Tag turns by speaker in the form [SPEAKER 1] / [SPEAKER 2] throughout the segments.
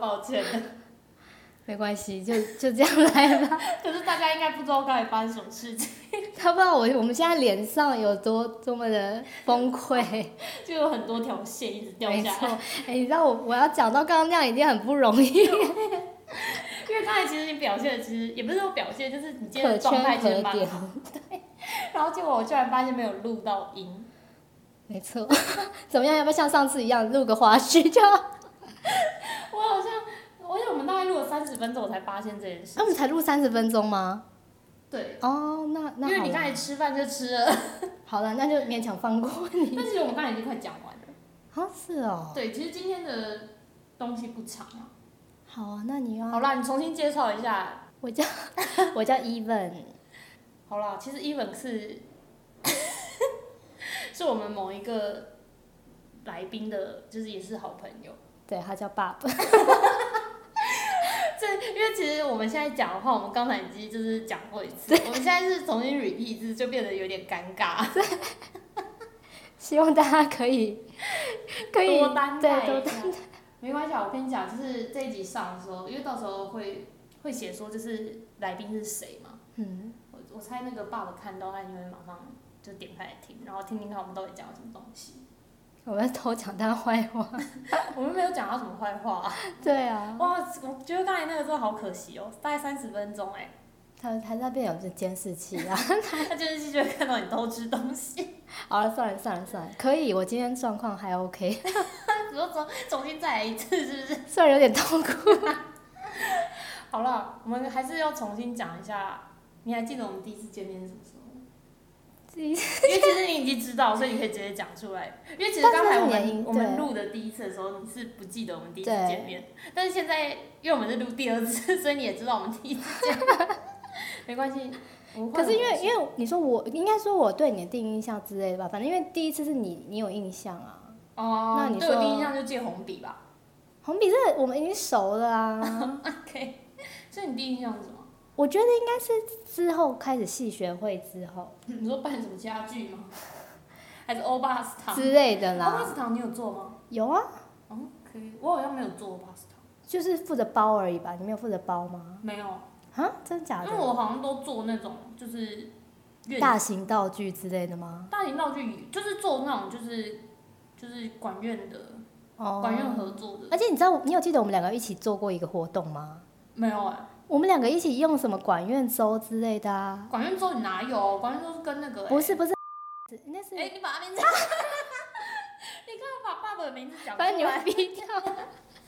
[SPEAKER 1] 抱 歉的。
[SPEAKER 2] 没关系，就就这样来吧。
[SPEAKER 1] 可是大家应该不知道刚才发生什么事情，
[SPEAKER 2] 他不知道我我们现在脸上有多多么的崩溃。
[SPEAKER 1] 就有很多条线一直 掉
[SPEAKER 2] 没
[SPEAKER 1] 下
[SPEAKER 2] 错
[SPEAKER 1] 来。，
[SPEAKER 2] 哎、你知道我我要讲到刚刚那样已经很不容易，
[SPEAKER 1] 因为刚才其实你表现的，其实也不是说表现，就是你今天
[SPEAKER 2] 可
[SPEAKER 1] 的状态
[SPEAKER 2] 圈
[SPEAKER 1] 其实
[SPEAKER 2] 可
[SPEAKER 1] 蛮
[SPEAKER 2] 点。
[SPEAKER 1] 好。然后结果我居然发现没有录到音，
[SPEAKER 2] 没错， 怎么样？要不要像上次一样录个花絮 就好？啊
[SPEAKER 1] 我好像，我想我们大概录了三十分钟，我才发现这件事。
[SPEAKER 2] 那、我们才录三十分钟吗？
[SPEAKER 1] 对，
[SPEAKER 2] 哦，那
[SPEAKER 1] 因
[SPEAKER 2] 那
[SPEAKER 1] 为
[SPEAKER 2] 好
[SPEAKER 1] 你刚
[SPEAKER 2] 了，
[SPEAKER 1] 才吃饭就吃了，
[SPEAKER 2] 好了，那就勉强放过 你。
[SPEAKER 1] 但其实我们刚才已经快讲完了。
[SPEAKER 2] 啊，是哦，
[SPEAKER 1] 对，其实今天的东西不长啊。
[SPEAKER 2] 好啊，那你要
[SPEAKER 1] 好啦，你重新介绍一下。
[SPEAKER 2] 我叫 我叫 Even，
[SPEAKER 1] 好啦，其实 even 是 是我们某一个来宾的，就是也是好朋友。
[SPEAKER 2] 对他叫爸爸，
[SPEAKER 1] 这因为其实我们现在讲的话，我们刚才已经就是讲过一次，我们现在是重新 repeat 一次，就变得有点尴尬。
[SPEAKER 2] 希望大家可以可以
[SPEAKER 1] 多担待
[SPEAKER 2] 对
[SPEAKER 1] 一
[SPEAKER 2] 多
[SPEAKER 1] 下没关系啊，我跟你讲，就是这一集上的时候，因为到时候会会写说就是来宾是谁嘛，
[SPEAKER 2] 嗯，
[SPEAKER 1] 我我猜那个爸爸看到他一定会马上就点开来听，然后听听看我们到底讲了什么东西。
[SPEAKER 2] 我们偷讲他坏话，
[SPEAKER 1] 我们没有讲他什么坏话、啊，
[SPEAKER 2] 对啊，
[SPEAKER 1] 哇，我觉得刚才那个真的好可惜哦，大概三十分钟哎、
[SPEAKER 2] 他他那边有监视器啊。
[SPEAKER 1] 他就是就会看到你偷吃东 西，
[SPEAKER 2] 好了，算了算了算了，可以，我今天状况还 OK，
[SPEAKER 1] 只要重重新再来一次是不是？
[SPEAKER 2] 虽然有点痛苦。
[SPEAKER 1] 好了，我们还是要重新讲一下。你还记得我们第一次见面是什么时 候吗？
[SPEAKER 2] 第
[SPEAKER 1] 因
[SPEAKER 2] 一
[SPEAKER 1] 为其实你已经知道，所以你可以直接讲出来。因为其实
[SPEAKER 2] 但
[SPEAKER 1] 刚才我
[SPEAKER 2] 是你
[SPEAKER 1] 们我们
[SPEAKER 2] 对
[SPEAKER 1] 录的第一次的时候，你是不记得我们第一次
[SPEAKER 2] 对
[SPEAKER 1] 见面，但是现在因为我们是录第二次，所以你也知道我们第一次见面。 没关系，我们
[SPEAKER 2] 可
[SPEAKER 1] 换
[SPEAKER 2] 是因
[SPEAKER 1] 个
[SPEAKER 2] 为
[SPEAKER 1] 东西
[SPEAKER 2] 因为你说我应该说我对你的第一印象之类的吧，反正因为第一次是你你有印象啊，
[SPEAKER 1] 哦，
[SPEAKER 2] 那你
[SPEAKER 1] 对我
[SPEAKER 2] 说
[SPEAKER 1] 第一印象就借红笔 吧。
[SPEAKER 2] 红笔这我们已经熟 了啊，
[SPEAKER 1] OK，所以你第一印象是什么？
[SPEAKER 2] 我觉得应该是之后开始戏学会之后
[SPEAKER 1] 你说扮什么家具吗？ 还是欧巴斯堂？
[SPEAKER 2] 之类的
[SPEAKER 1] 欧巴
[SPEAKER 2] 啦，
[SPEAKER 1] 斯堂你有做吗？
[SPEAKER 2] 有啊，
[SPEAKER 1] 嗯，可以。我好像没有做欧巴斯堂。
[SPEAKER 2] 就是负责包而已吧，你没有负责包吗？
[SPEAKER 1] 没有，
[SPEAKER 2] 啊，真假
[SPEAKER 1] 因为
[SPEAKER 2] 的？
[SPEAKER 1] 我好像都做那种就是乐
[SPEAKER 2] 大型道具之类的吗？
[SPEAKER 1] 大型道具，就是做那种就是就是管院的、
[SPEAKER 2] 哦，
[SPEAKER 1] 管院合作的。
[SPEAKER 2] 而且你知道你有记得我们两个一起做过一个活动吗？
[SPEAKER 1] 没有哎、
[SPEAKER 2] 我们两个一起用什么管院粥之类的啊？
[SPEAKER 1] 管院周你哪有？管院周是跟那个、欸、
[SPEAKER 2] 不是不是， 那是
[SPEAKER 1] 哎、你把他名字， 你刚刚把爸爸的名字讲出
[SPEAKER 2] 把你们
[SPEAKER 1] 来，
[SPEAKER 2] 逼掉。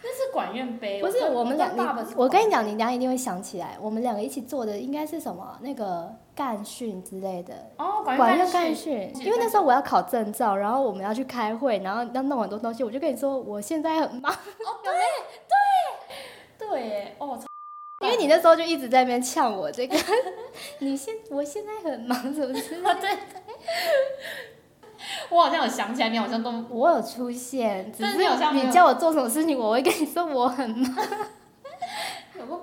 [SPEAKER 1] 那是管院杯。
[SPEAKER 2] 不是
[SPEAKER 1] 跟
[SPEAKER 2] 我们
[SPEAKER 1] 跟
[SPEAKER 2] 两，
[SPEAKER 1] 爸爸
[SPEAKER 2] 你
[SPEAKER 1] 是
[SPEAKER 2] 我跟你
[SPEAKER 1] 管
[SPEAKER 2] 讲，你等一下一定会想起来，我们两个一起做的应该是什么？那个干训之类的。
[SPEAKER 1] 哦，管
[SPEAKER 2] 管
[SPEAKER 1] 院
[SPEAKER 2] 院干
[SPEAKER 1] 干训
[SPEAKER 2] 训，
[SPEAKER 1] 是
[SPEAKER 2] 因为那时候我要考证照，然后我们要去开会，然后要弄很多东西，我就跟你说我现在 很忙，
[SPEAKER 1] 哦，对对对耶，哦，
[SPEAKER 2] 因为你那时候就一直在那边呛我 这个，你现我现在很忙，怎么之类
[SPEAKER 1] 啊
[SPEAKER 2] 的，
[SPEAKER 1] 对对，我好像有想起来，你好像都
[SPEAKER 2] 我有出现，只
[SPEAKER 1] 但
[SPEAKER 2] 是
[SPEAKER 1] 是你好像没有
[SPEAKER 2] 你叫我做什么事情，我会跟你说我很忙。
[SPEAKER 1] 有个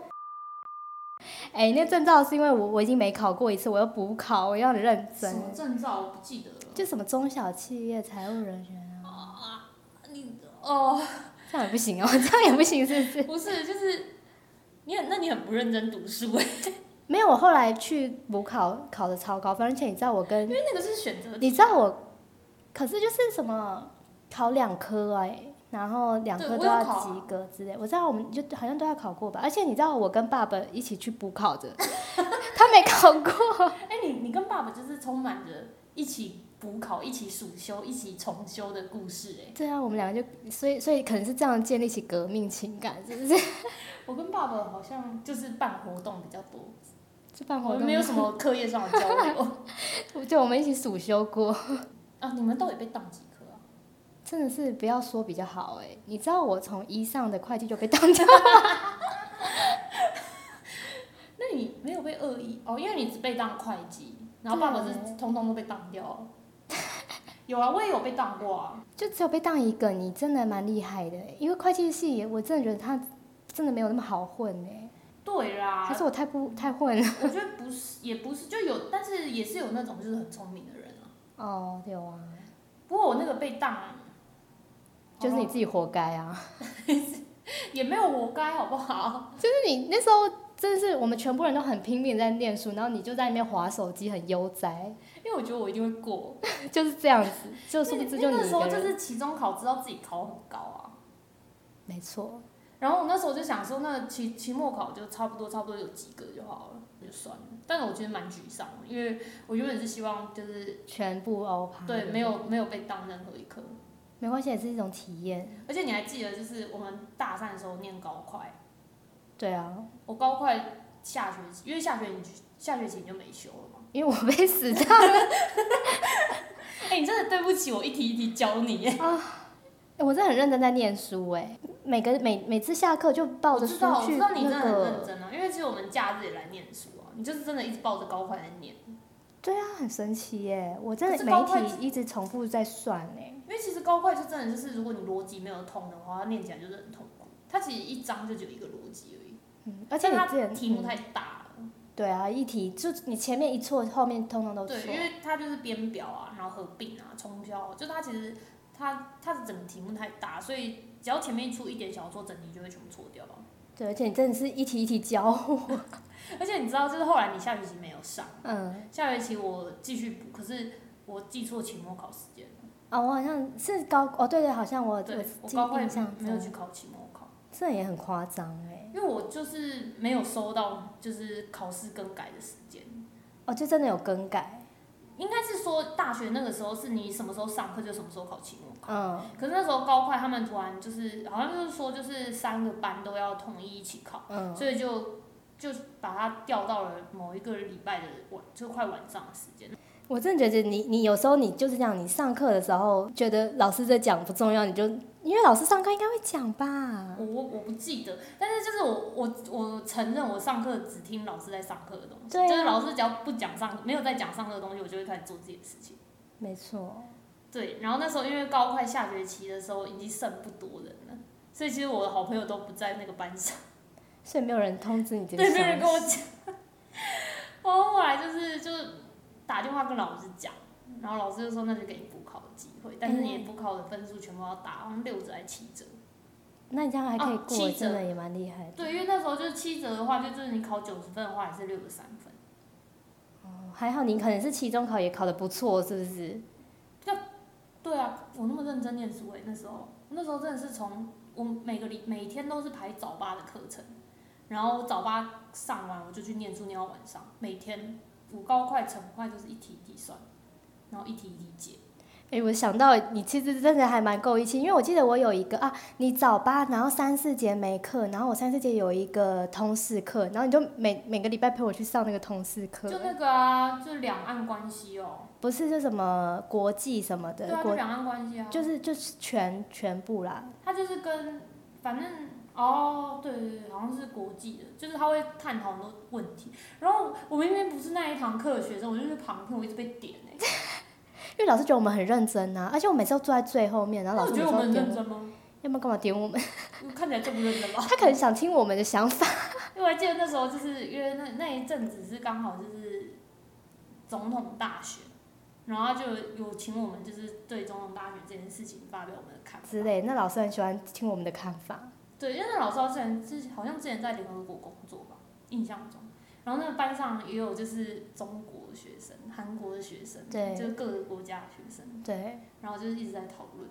[SPEAKER 2] 哎、那证照是因为我我已经没考过一次，我要补考，我要很认
[SPEAKER 1] 什
[SPEAKER 2] 真。
[SPEAKER 1] 么证照，我不记得了。
[SPEAKER 2] 就什么中小企业财务人员啊，
[SPEAKER 1] 你哦，
[SPEAKER 2] 这样也不行哦， 这样也不行，是不是？
[SPEAKER 1] 不是，就是你很，那你很不认真读书哎，
[SPEAKER 2] 没有，我后来去补考，考的超高分，而且你知道我跟
[SPEAKER 1] 因为那个是选择题，
[SPEAKER 2] 你知道我，可是就是什么考两科哎、然后两科
[SPEAKER 1] 对
[SPEAKER 2] 都
[SPEAKER 1] 我有
[SPEAKER 2] 要
[SPEAKER 1] 考啊
[SPEAKER 2] 及格之类，我知道我们就好像都要考过吧，而且你知道我跟爸爸一起去补考的， 他没 考过，
[SPEAKER 1] 哎，你你跟爸爸就是充满着一起补考、一起暑修、一起重修的故事哎。
[SPEAKER 2] 对啊，我们两个就所以所以可能是这样建立起革命情感，是 不是？
[SPEAKER 1] 我跟爸爸好像就是办活动比较多，
[SPEAKER 2] 这办
[SPEAKER 1] 我
[SPEAKER 2] 活
[SPEAKER 1] 们
[SPEAKER 2] 动
[SPEAKER 1] 没有什，么课业上的交 流
[SPEAKER 2] 对，我们一起暑修过。
[SPEAKER 1] 啊。你们到底被当几科啊？
[SPEAKER 2] 真的是不要说比较好哎、你知道我从一上的会计就被当掉，
[SPEAKER 1] 那你没有被恶意哦，因为你只被当会计，然后爸爸是
[SPEAKER 2] 对
[SPEAKER 1] 通通都被当掉 哦。有啊，我也有被当过啊。
[SPEAKER 2] 就只有被当一个，你真的蛮厉害的、欸，因为会计系也我真的觉得他真的没有那么好混哎、
[SPEAKER 1] 对啦，
[SPEAKER 2] 还是我太不太混了？
[SPEAKER 1] 我觉得不是，也不是，就有，但是也是有那种就是很聪明的人啊。
[SPEAKER 2] 哦，有啊，
[SPEAKER 1] 不过我那个被当，
[SPEAKER 2] 就是你
[SPEAKER 1] 哦
[SPEAKER 2] 自己活该啊，
[SPEAKER 1] 也没有我该好不好？
[SPEAKER 2] 就是你那时候真的是我们全部人都很拼命在念书，然后你就在那边划手机，很悠哉，
[SPEAKER 1] 因为我觉得我一定会过。
[SPEAKER 2] 就是这样子。就殊不知就你
[SPEAKER 1] 那
[SPEAKER 2] 一
[SPEAKER 1] 时候
[SPEAKER 2] 个
[SPEAKER 1] 就
[SPEAKER 2] 人，
[SPEAKER 1] 是期中考，知道自己考很高啊。
[SPEAKER 2] 没错。
[SPEAKER 1] 然后我那时候就想说，那期期末考就差不多，差不多有及格就好了，就算了。但是我觉得蛮沮丧的，因为我原本是希望就是
[SPEAKER 2] 全部欧趴。
[SPEAKER 1] 对没有没有被当任何一科，
[SPEAKER 2] 没关系，也是一种体验。
[SPEAKER 1] 而且你还记得就是我们大三的时候念高快，
[SPEAKER 2] 对啊，
[SPEAKER 1] 我高快下学期，因为下学期下学期你就没修了嘛。
[SPEAKER 2] 因为我被死掉 了，
[SPEAKER 1] 哎、你真的对不起我一题一题教你耶。
[SPEAKER 2] 我真的很认真在念书哎，每个每每次下课就 抱
[SPEAKER 1] 我
[SPEAKER 2] 着
[SPEAKER 1] 知
[SPEAKER 2] 书
[SPEAKER 1] 道，我
[SPEAKER 2] 去
[SPEAKER 1] 知道你真的
[SPEAKER 2] 那
[SPEAKER 1] 很认
[SPEAKER 2] 个，
[SPEAKER 1] 真啊，因为其实我们假日也来念书啊，你就是真的一直抱着高快来念，
[SPEAKER 2] 对啊，很神奇耶！我真
[SPEAKER 1] 可
[SPEAKER 2] 的
[SPEAKER 1] 是
[SPEAKER 2] 每
[SPEAKER 1] 高
[SPEAKER 2] 一
[SPEAKER 1] 快
[SPEAKER 2] 题一直重复在算哎。
[SPEAKER 1] 因为其实高快就真的就是，如果你逻辑没有通的话，它念起来就是很痛苦。它其实一章就只有一个逻辑而已，
[SPEAKER 2] 嗯，而且你
[SPEAKER 1] 但
[SPEAKER 2] 之前
[SPEAKER 1] 它题目
[SPEAKER 2] 嗯
[SPEAKER 1] 太大了，
[SPEAKER 2] 对啊，一题就你前面一错，后面通通都错
[SPEAKER 1] 对，。因为它就是编表啊，然后合并啊，冲销，就它其实它它的整个题目太大，所以只要前面出一点小错，整题就会全部错掉啊。
[SPEAKER 2] 对，而且你真的是一题一题教我。
[SPEAKER 1] 而且你知道，就是后来你下学期没有上，
[SPEAKER 2] 嗯，
[SPEAKER 1] 下学期我继续补，可是我记错期末考时间了。
[SPEAKER 2] 啊，我好像是高哦，对对，好像我
[SPEAKER 1] 对，我
[SPEAKER 2] 记
[SPEAKER 1] 高会
[SPEAKER 2] 印象
[SPEAKER 1] 没有去
[SPEAKER 2] 中
[SPEAKER 1] 考期末考，
[SPEAKER 2] 这也很夸张哎。
[SPEAKER 1] 因为我就是没有收到就是考试更改的时间。
[SPEAKER 2] 哦，就真的有更改。
[SPEAKER 1] 应该是说大学那个时候是你什么时候上课就什么时候考期末考，
[SPEAKER 2] 嗯
[SPEAKER 1] 可是那时候高快他们突然就是好像就是说就是三个班都要统一一起考，
[SPEAKER 2] 嗯，
[SPEAKER 1] 所以就就把它调到了某一个礼拜的晚，就快晚上的时间。
[SPEAKER 2] 我真的觉得你你有时候你就是这样，你上课的时候觉得老师在讲不重要，你就因为老师上课应该会讲吧。
[SPEAKER 1] 我我我不记得，但是就是我我我承认我上课只听老师在上课的东西，
[SPEAKER 2] 对啊
[SPEAKER 1] 就是老师只要不讲上没有在讲上课的东西，我就会开始做自己的事情。
[SPEAKER 2] 没错，
[SPEAKER 1] 对，然后那时候因为高快下学期的时候已经剩不多人了，所以其实我的好朋友都不在那个班上。
[SPEAKER 2] 所以没有人通知你这个
[SPEAKER 1] 对，
[SPEAKER 2] 消息。
[SPEAKER 1] 没有人跟我讲。 然后后来就是就是打电话跟老师讲，然后老师就说那就给你补考的机会，但是你也补考的分数全部要打，好像六折还七折。
[SPEAKER 2] 那你这样还可以
[SPEAKER 1] 哦
[SPEAKER 2] 过，
[SPEAKER 1] 七折
[SPEAKER 2] 真的也蛮厉害的。
[SPEAKER 1] 对，因为那时候就是七折的话，就就是你考九十分的话，还是六十三分。
[SPEAKER 2] 哦还好你可能是期中考也考得不错，是不是？
[SPEAKER 1] 对啊，我那么认真念书诶、那时候那时候真的是从我每个礼每天都是排早八的课程，然后早八上完我就去念书念到晚上，每天补高快、成快就是一题一题算，然后一题一题解。
[SPEAKER 2] 哎、我想到你其实真的还蛮够义气，因为我记得我有一个啊，你早八，然后三四节没课，然后我三四节有一个通识课，然后你就每每个礼拜陪我去上那个通识课，
[SPEAKER 1] 就那个啊，就两岸关系哦，
[SPEAKER 2] 不是是什么国际什么
[SPEAKER 1] 对
[SPEAKER 2] 的，
[SPEAKER 1] 啊，就
[SPEAKER 2] 国
[SPEAKER 1] 两岸关系啊，
[SPEAKER 2] 就是就是全全部啦，
[SPEAKER 1] 他就是跟反正哦，对对对，好像是国际的，就是他会探讨很多问题。然后我明明不是那一堂课的学生，我就是旁听，我一直被点哎、欸，
[SPEAKER 2] 因为老师觉得我们很认真啊呐、而且我每次都坐在最后面，然后
[SPEAKER 1] 那
[SPEAKER 2] 老
[SPEAKER 1] 我
[SPEAKER 2] 师
[SPEAKER 1] 觉得
[SPEAKER 2] 每
[SPEAKER 1] 我
[SPEAKER 2] 次
[SPEAKER 1] 们很
[SPEAKER 2] 都点
[SPEAKER 1] 认
[SPEAKER 2] 我，
[SPEAKER 1] 真吗？
[SPEAKER 2] 要么干嘛点我们？
[SPEAKER 1] 我看起来这么认真吗？
[SPEAKER 2] 他可能想听我们的想法，
[SPEAKER 1] 因为我还记得那时候就是因为那那一阵子是刚好就是总统大选，然后他就有请我们就是对总统大选这件事情发表我们的看法
[SPEAKER 2] 之类，那老师很喜欢听我们的看法。
[SPEAKER 1] 对，因为那老师他之前之好像之前在联合国工作吧，印象中。然后那个班上也有就是中国的学生、韩国的学生，
[SPEAKER 2] 对
[SPEAKER 1] 就是各个国家的学生，
[SPEAKER 2] 对，
[SPEAKER 1] 然后就是一直在讨论。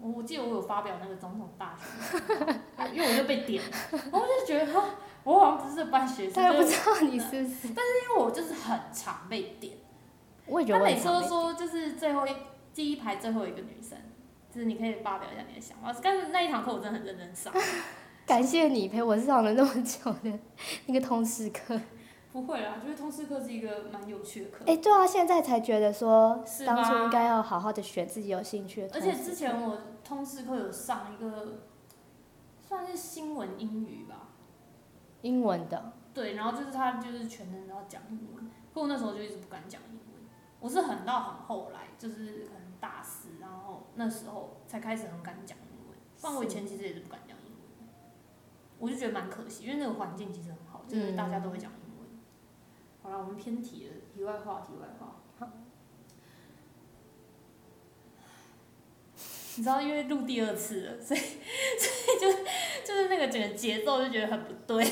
[SPEAKER 1] 我我记得我有发表那个总统大选的报告，因为我就被点了，然后我就觉得哈，我好像不是这班学生，
[SPEAKER 2] 大家啊不
[SPEAKER 1] 就是
[SPEAKER 2] 知道你是不是？
[SPEAKER 1] 因为我就是很常被点。
[SPEAKER 2] 我也觉
[SPEAKER 1] 他
[SPEAKER 2] 得我很
[SPEAKER 1] 每次都
[SPEAKER 2] 常被
[SPEAKER 1] 说，就是最后一第一排最后一个女生，就是你可以发表一下你的想法。但是那一堂课我真的很认真上。
[SPEAKER 2] 感谢你陪我上了那么久的那个通识课。
[SPEAKER 1] 不会啦，就是通识课是一个蛮有趣的课。
[SPEAKER 2] 哎、对啊，现在才觉得说
[SPEAKER 1] 是，吧
[SPEAKER 2] 当初应该要好好的选自己有兴趣的
[SPEAKER 1] 而
[SPEAKER 2] 通识课。
[SPEAKER 1] 且之前我通识课有上一个，算是新闻英语吧，
[SPEAKER 2] 英文的，
[SPEAKER 1] 对，然后就是他就是全程都要讲英文，可我那时候就一直不敢讲英文，我是很到很后来，就是可能大四，然后那时候才开始很敢讲英文，不然我以前其实也是不敢讲英文，我就觉得蛮可惜，因为那个环境其实很好，就是大家都会讲英文。好了，我们偏题了，题外话，题外话。你知道，因为录第二次了，所以所以就就是那个整个节奏就觉得很不对。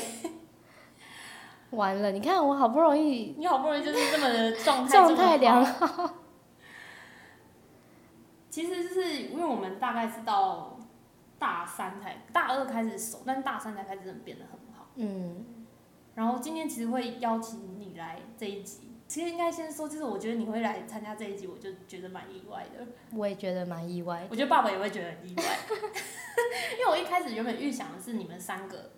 [SPEAKER 2] 完了，你看我好不容易
[SPEAKER 1] 你好不容易就是这么的状态，
[SPEAKER 2] 状态
[SPEAKER 1] 这么
[SPEAKER 2] 良
[SPEAKER 1] 好。
[SPEAKER 2] 好，
[SPEAKER 1] 其实就是因为我们大概是到大三才大二开始熟，但大三才开始真的变得很好。
[SPEAKER 2] 嗯，
[SPEAKER 1] 然后今天其实会邀请你来这一集，其实应该先说，就是我觉得你会来参加这一集，我就觉得蛮意外的。
[SPEAKER 2] 我也觉得蛮意外的。
[SPEAKER 1] 我觉得爸爸也会觉得很意外， 因为我一开始原本预想的是你们三个，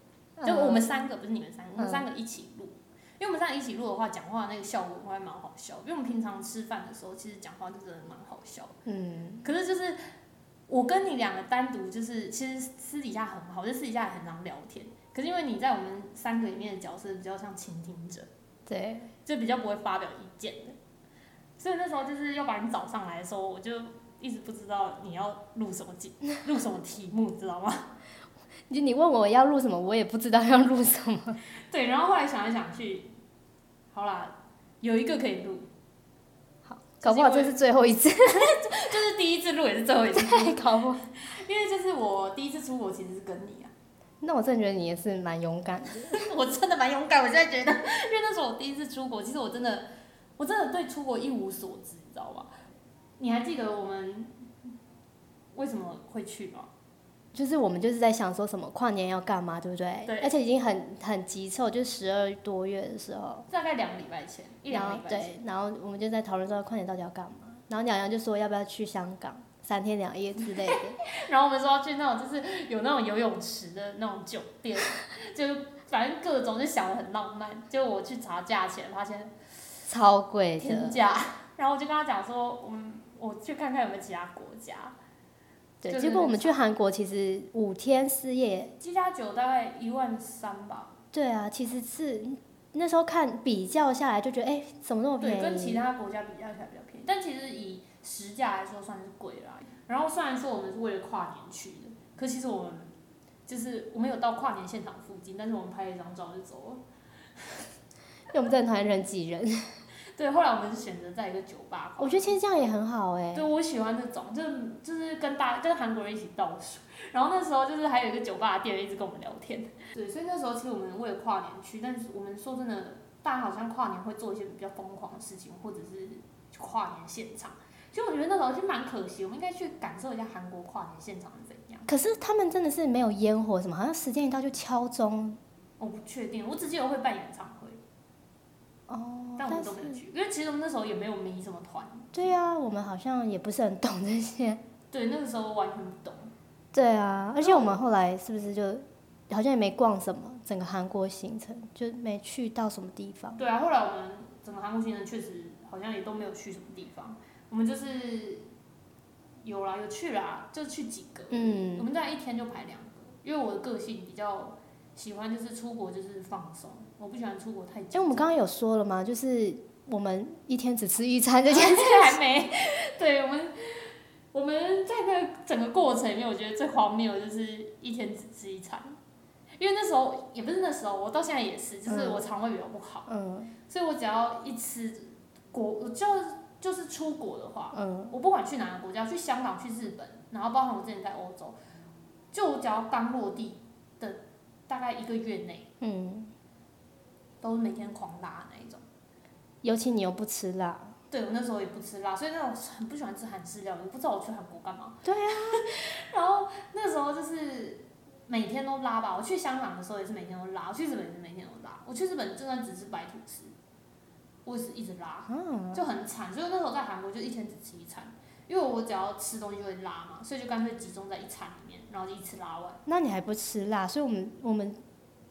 [SPEAKER 1] 就我们三个不是你们三个，我们三个一起录。因为我们三个一起录的话，讲话那个效果会蛮好笑。因为我们平常吃饭的时候，其实讲话就真的蛮好笑的。
[SPEAKER 2] 嗯，
[SPEAKER 1] 可是就是我跟你两个单独，就是其实私底下很好，就私底下也很常聊天。可是因为你在我们三个里面的角色比较像倾听者，欸
[SPEAKER 2] 对，
[SPEAKER 1] 就比较不会发表意见的。所以那时候就是要把你找上来的时候，我就一直不知道你要录什么题，录什么题目，知道吗？
[SPEAKER 2] 就你问我要录什么，我也不知道要录什么。
[SPEAKER 1] 对，然后后来想来想去，好啦，有一个可以录，
[SPEAKER 2] 搞不好这是最后一次，
[SPEAKER 1] 就是第一次录也是最后一 次，
[SPEAKER 2] 搞不好。
[SPEAKER 1] 因为就是我第一次出国其实是跟你啊，
[SPEAKER 2] 那我真的觉得你也是蛮勇敢的。
[SPEAKER 1] 我真的蛮勇敢，我现在觉得，因为那时候我第一次出国，其实我真的，我真的对出国一无所知，你知道吧？你还记得我们为什么会去吗？
[SPEAKER 2] 就是我们就是在想说什么跨年要干嘛，对不对？
[SPEAKER 1] 对
[SPEAKER 2] 而且已经很很急凑，就十二多月的时候，
[SPEAKER 1] 大概两个礼拜前，一
[SPEAKER 2] 然
[SPEAKER 1] 两个礼
[SPEAKER 2] 后
[SPEAKER 1] 拜前。
[SPEAKER 2] 对，然后我们就在讨论说跨年到底要干嘛。然后鸟羊就说要不要去香港三天两夜之 类的。
[SPEAKER 1] 然后我们说要去那种就是有那种游泳池的那种酒店，就反正各种就想的很浪漫。结果我去查价钱，发现
[SPEAKER 2] 超贵
[SPEAKER 1] 天
[SPEAKER 2] 的，
[SPEAKER 1] 价。 然后我就跟他讲说，嗯，我去看看有没有其他国家。
[SPEAKER 2] 对。
[SPEAKER 1] 就是
[SPEAKER 2] 结果我们去韩国其实五天四夜，
[SPEAKER 1] 七加九大概一万三吧，
[SPEAKER 2] 对啊，其实是那时候看比较下来就觉得，哎，怎么那么
[SPEAKER 1] 对，跟
[SPEAKER 2] 便
[SPEAKER 1] 其
[SPEAKER 2] 宜？
[SPEAKER 1] 他国家比较起来比较便宜，但其实以实价来说算是贵啦。然后虽然说我们是为了跨年去的，可其实我们就是我们有到跨年现场附近，但是我们拍了一张照就走了。
[SPEAKER 2] 因为我们真的很讨厌人挤人。
[SPEAKER 1] 对，后来我们是选择在一个酒吧跨
[SPEAKER 2] 我觉得其实这样也很好哎、
[SPEAKER 1] 对，我喜欢这种，就是就是跟大跟韩国人一起倒数，然后那时候就是还有一个酒吧的店员一直跟我们聊天，对，所以那时候其实我们为了跨年去，但是我们说真的，大家好像跨年会做一些比较疯狂的事情，或者是跨年现场，其实我觉得那时候就蛮可惜，我们应该去感受一下韩国跨年现场是怎样。
[SPEAKER 2] 可是他们真的是没有烟火什么，好像时间一到就敲钟
[SPEAKER 1] 我不确定，我只记得会办演唱会，
[SPEAKER 2] 哦。
[SPEAKER 1] 但我们
[SPEAKER 2] 但
[SPEAKER 1] 都没有
[SPEAKER 2] 是
[SPEAKER 1] 去，因为其实我们那时候也没有迷什么团，
[SPEAKER 2] 对啊，我们好像也不是很懂这些。
[SPEAKER 1] 对，那个时候完全不懂。
[SPEAKER 2] 对啊，而且我们后来是不是就好像也没逛什么，整个韩国行程就没去到什么地方。
[SPEAKER 1] 对啊，后来我们整个韩国行程确实好像也都没有去什么地方，我们就是有啦，有去啦，就去几个，我
[SPEAKER 2] 嗯，
[SPEAKER 1] 们大概一天就排两个，因为我的个性比较喜欢就是出国就是放松，我不喜欢出国太
[SPEAKER 2] 因为
[SPEAKER 1] 久。
[SPEAKER 2] 我们刚刚有说了嘛，就是我们一天只吃一餐这 件
[SPEAKER 1] 这 还没，对我们。我们在那个整个过程里面，我觉得最荒谬的就是一天只吃一餐，因为那时候也不是那时候，我到现在也是，就是我肠胃比较不好，
[SPEAKER 2] 嗯
[SPEAKER 1] 所以我只要一吃国，我就就是出国的话，
[SPEAKER 2] 嗯，
[SPEAKER 1] 我不管去哪个国家，去香港、去日本，然后包含我之前在欧洲，就我只要刚落地的大概一个月内，
[SPEAKER 2] 嗯，
[SPEAKER 1] 都是每天狂拉那一种。
[SPEAKER 2] 尤其你又不吃辣，
[SPEAKER 1] 对我那时候也不吃辣，所以那种很不喜欢吃韩式料理，我不知道我去韩国干嘛。
[SPEAKER 2] 对
[SPEAKER 1] 啊， 然后那时候就是每天都拉吧，我去香港的时候也是每天都拉，我去日本也是每天都拉，我去日本就算只吃白吐司，我也是一直拉，
[SPEAKER 2] 哦
[SPEAKER 1] 就很惨。所以那时候在韩国就一天只吃一餐，因为我只要吃东西就会拉嘛，所以就干脆集中在一餐里面，然后就一次拉完。
[SPEAKER 2] 那你还不吃辣，所以我们我们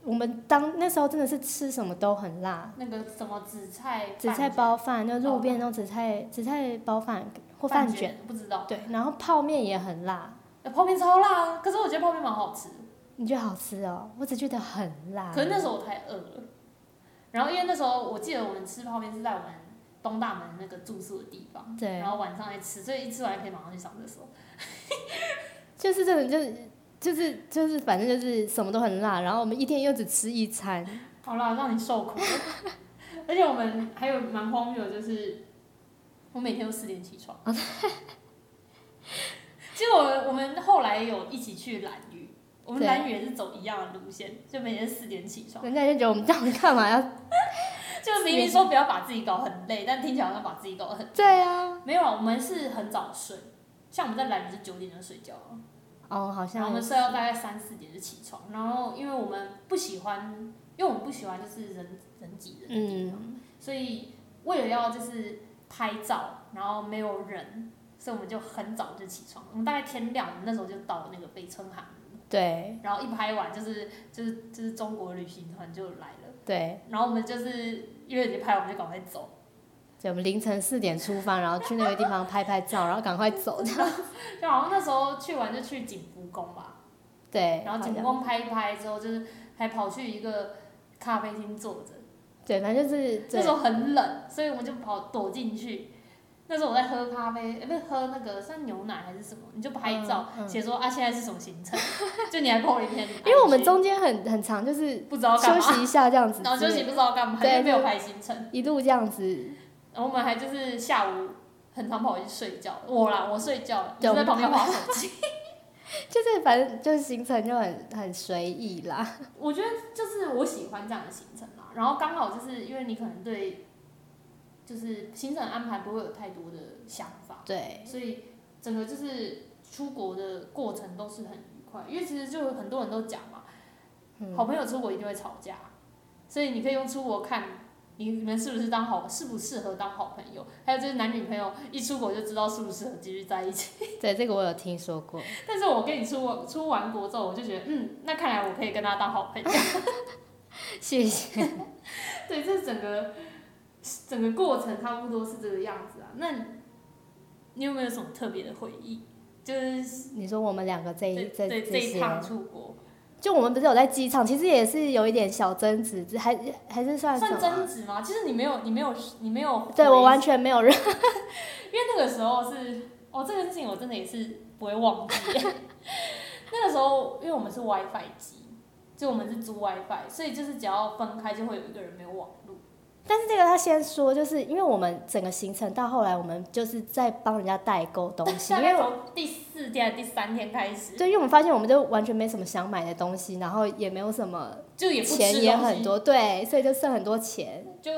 [SPEAKER 2] 我们当那时候真的是吃什么都很辣，
[SPEAKER 1] 那个什么紫菜
[SPEAKER 2] 哦紫菜
[SPEAKER 1] 饭
[SPEAKER 2] 包饭，那路边那种紫菜紫菜包饭或
[SPEAKER 1] 饭
[SPEAKER 2] 饭卷，
[SPEAKER 1] 不知道，
[SPEAKER 2] 对，然后泡面也很辣，
[SPEAKER 1] 呃泡面超辣啊，可是我觉得泡面蛮好吃的。
[SPEAKER 2] 你觉得好吃哦？我只觉得很辣。
[SPEAKER 1] 可是那时候我太饿了，然后因为那时候我记得我们吃泡面是在我们东大门那个住宿的地方，
[SPEAKER 2] 对
[SPEAKER 1] 然，后晚上来吃，所以一吃完可以马上去上厕所。
[SPEAKER 2] 就是这种就是。就是就是，反正就是什么都很辣，然后我们一天又只吃一餐，
[SPEAKER 1] 好啦，让你受苦。而且我们还有蛮荒谬的，就是我每天都四点起床。其实我们我们后来有一起去蓝屿，我们蓝宇也是走一样的路线，就每天四点起床，
[SPEAKER 2] 人家就觉得我们这样干嘛要？
[SPEAKER 1] 就明明说不要把自己搞很累，但听起来好像把自己搞得很累。
[SPEAKER 2] 对啊，
[SPEAKER 1] 没有啊，我们是很早睡，像我们在兰屿是九点就睡觉了，
[SPEAKER 2] 哦，
[SPEAKER 1] 然
[SPEAKER 2] 好
[SPEAKER 1] 后我
[SPEAKER 2] 像
[SPEAKER 1] 们睡到大概三四点就起床，然后因为我们不喜欢，因为我们不喜欢就是人人挤人的
[SPEAKER 2] 嗯
[SPEAKER 1] 地方，所以为了要就是拍照，然后没有人，所以我们就很早就起床，我们大概天亮，我们那时候就到那个北村航。
[SPEAKER 2] 对
[SPEAKER 1] 然后一拍完就是就是就是中国旅行团就来了，
[SPEAKER 2] 对，
[SPEAKER 1] 然后我们就是因为已经拍完，我们就赶快走，
[SPEAKER 2] 就我们凌晨四点出发，然后去那个地方拍拍照，然后赶快走这样。
[SPEAKER 1] 就好像那时候去完就去景福宫吧，
[SPEAKER 2] 对，
[SPEAKER 1] 然后景福
[SPEAKER 2] 好像
[SPEAKER 1] 宫拍一拍之后，就是还跑去一个咖啡厅坐着，
[SPEAKER 2] 对，反正就是
[SPEAKER 1] 那
[SPEAKER 2] 对
[SPEAKER 1] 时候很冷，所以我们就跑躲进去。那时候我在喝咖啡，呃，不是喝那个算牛奶还是什么，你就拍照，
[SPEAKER 2] 嗯嗯
[SPEAKER 1] 写说啊现在是什么行程， 就你还 po 了一篇 IG，
[SPEAKER 2] 因为我们中间很很长，就是
[SPEAKER 1] 不知道干
[SPEAKER 2] 休
[SPEAKER 1] 嘛，
[SPEAKER 2] 息一下这样子之类的，
[SPEAKER 1] 然后休息不知道干嘛，
[SPEAKER 2] 对
[SPEAKER 1] 就没有
[SPEAKER 2] 就
[SPEAKER 1] 排行程。
[SPEAKER 2] 一路这样子，
[SPEAKER 1] 然后我们还就是下午很常跑去睡觉，我啦，我睡觉了，你
[SPEAKER 2] 对
[SPEAKER 1] 就在旁边划手机。
[SPEAKER 2] 就是反正就是行程就很很随意啦。
[SPEAKER 1] 我觉得就是我喜欢这样的行程啦，然后刚好就是因为你可能对就是行程安排不会有太多的想法，
[SPEAKER 2] 对，
[SPEAKER 1] 所以整个就是出国的过程都是很愉快。因为其实就有很多人都讲嘛，好朋友出国一定会吵架，所以你可以用出国看你你们是不是当好适不适合当好朋友，还有就是男女朋友一出国就知道适不适合继续在一起。
[SPEAKER 2] 对，这个我有听说过。
[SPEAKER 1] 但是我跟你出国出完国之后，我就觉得，嗯，那看来我可以跟他当好朋友。
[SPEAKER 2] 谢谢。
[SPEAKER 1] 对，这整个整个过程差不多是这个样子啊。那你你有没有什么特别的回忆？就是
[SPEAKER 2] 你说我们两个这一
[SPEAKER 1] 对
[SPEAKER 2] 哎这
[SPEAKER 1] 对这一
[SPEAKER 2] 些，
[SPEAKER 1] 趟出国
[SPEAKER 2] 就我们不是有在机场，其实也是有一点小争执，只还还是算什
[SPEAKER 1] 算
[SPEAKER 2] 么？啊
[SPEAKER 1] 争执吗？其实你没有，你没有，你没有。
[SPEAKER 2] 对我完，全没有认，
[SPEAKER 1] 因为那个时候是，哦，这个事情我真的也是不会忘记。啊 那个时候，因为我们是 WiFi 机，就我们是租 WiFi，所以就是只要分开就会有一个人没有网络。
[SPEAKER 2] 但是这个他先说，就是因为我们整个行程到后来，我们就是在帮人家代购东西，
[SPEAKER 1] 大
[SPEAKER 2] 因
[SPEAKER 1] 概
[SPEAKER 2] 为我
[SPEAKER 1] 从第四天还是第三天开始，
[SPEAKER 2] 对，因为我们发现我们就完全没什么想买的东西，然后也没有什么
[SPEAKER 1] 就也不吃东
[SPEAKER 2] 钱
[SPEAKER 1] 西
[SPEAKER 2] 也很，多，对，所以就剩很多钱，
[SPEAKER 1] 就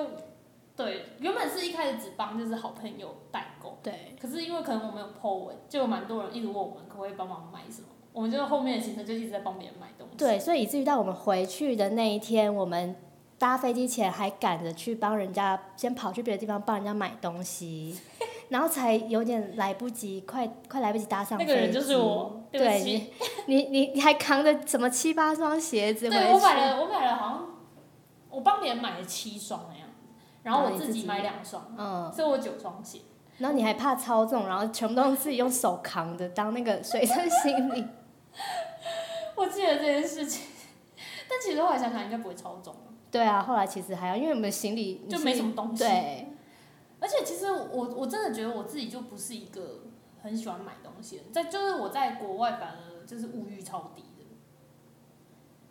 [SPEAKER 1] 对，原本是一开始只帮就是好朋友代购，
[SPEAKER 2] 对，
[SPEAKER 1] 可是因为可能我们有 po 文，就有蛮多人一直问我们可不可以帮忙买什么，我们就后面的行程就一直在帮别人买东西。
[SPEAKER 2] 对，所以以至于到我们回去的那一天，我们搭飞机前还赶着去帮人家，先跑去别的地方帮人家买 东西，然后才有点来不及，快快来不及搭上
[SPEAKER 1] 那
[SPEAKER 2] 飞
[SPEAKER 1] 个
[SPEAKER 2] 机。
[SPEAKER 1] 人就是我，
[SPEAKER 2] 对
[SPEAKER 1] 不起，
[SPEAKER 2] 你，你你你还扛着什么七八双鞋子
[SPEAKER 1] 对
[SPEAKER 2] 回去？
[SPEAKER 1] 我买了，我买了好像我帮别人买了七双那样子，然后
[SPEAKER 2] 然
[SPEAKER 1] 我
[SPEAKER 2] 后哦你
[SPEAKER 1] 自
[SPEAKER 2] 自
[SPEAKER 1] 己
[SPEAKER 2] 己
[SPEAKER 1] 买两双，
[SPEAKER 2] 嗯，
[SPEAKER 1] 所以我九双鞋。
[SPEAKER 2] 然后你还怕超重，然后全部都是自己用手扛着当那个随身 行李。
[SPEAKER 1] 我记得这件事情，但其实后来想想应该不会超重，
[SPEAKER 2] 对啊，后来其实还要，因为我们行李
[SPEAKER 1] 就没什
[SPEAKER 2] 么
[SPEAKER 1] 么东西。
[SPEAKER 2] 对，
[SPEAKER 1] 而且其实我我真的觉得我自己就不是一个很喜欢买东西的人，在就是我在国外反而就是物欲超低的，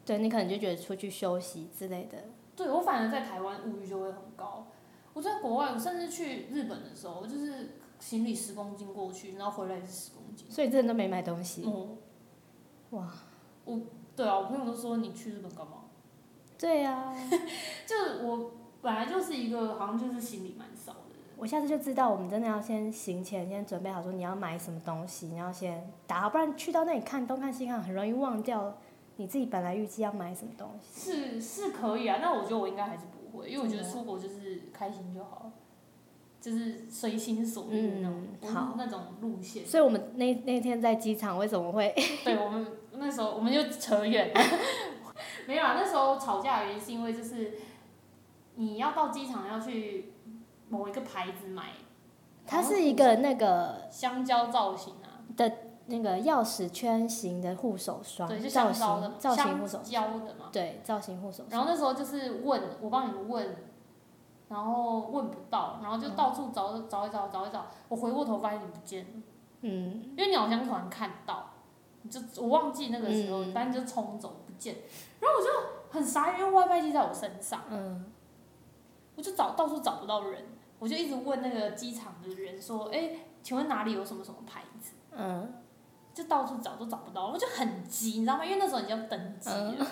[SPEAKER 2] 对你可能就觉得出去休息之类的，
[SPEAKER 1] 对我反而在台湾物欲就会很高。我在国外，我甚至去日本的时候，我就是行李十公斤过去，然后回来也是十公斤。
[SPEAKER 2] 所以真的都没买东西。
[SPEAKER 1] 哦，
[SPEAKER 2] 哇，
[SPEAKER 1] 我对啊，我朋友都说你去日本干嘛？
[SPEAKER 2] 对啊，
[SPEAKER 1] 就是我本来就是一个好像就是行李蛮少的人。
[SPEAKER 2] 我下次就知道，我们真的要先行前先准备好，说你要买什么东西，你要先打好，不然去到那里看东看西看，很容易忘掉你自己本来预计要买什么东西。
[SPEAKER 1] 是是可以啊，那我觉得我应该还是不会，因为我觉得出国就是开心就好，就是随心所欲的那种，
[SPEAKER 2] 嗯
[SPEAKER 1] 不是
[SPEAKER 2] 好
[SPEAKER 1] 那种路线。
[SPEAKER 2] 所以我们那那天在机场为什 么会，
[SPEAKER 1] 对我们那时候我们就扯远了， 没有啊，那时候吵架的原因是因为就是你要到机场要去某一个牌子买
[SPEAKER 2] 它是一个那个
[SPEAKER 1] 香蕉造型啊，
[SPEAKER 2] 那个钥匙圈型的护手霜
[SPEAKER 1] 对，就，
[SPEAKER 2] 造
[SPEAKER 1] 香蕉的
[SPEAKER 2] 型
[SPEAKER 1] 嘛，
[SPEAKER 2] 造型护手
[SPEAKER 1] 香，蕉的嘛。
[SPEAKER 2] 对，造型护手
[SPEAKER 1] 然
[SPEAKER 2] 霜。
[SPEAKER 1] 后那时候就是问我帮你们问，然后问不到，然后就到处找、找一找找一找，我回过头发现你不见了，
[SPEAKER 2] 嗯，
[SPEAKER 1] 因为你好像突然看到，你就我忘记那个时候，
[SPEAKER 2] 嗯
[SPEAKER 1] 但你就冲走不见，然后我就很傻眼，因为 WiFi 机在我身上，
[SPEAKER 2] 嗯，
[SPEAKER 1] 我就找到处找不到人，我就一直问那个机场的人说，哎，请问哪里有什么什么牌子？
[SPEAKER 2] 嗯，
[SPEAKER 1] 就到处找都找不到，我就很急，你知道吗？因为那时候已经要登机
[SPEAKER 2] 嗯
[SPEAKER 1] 了，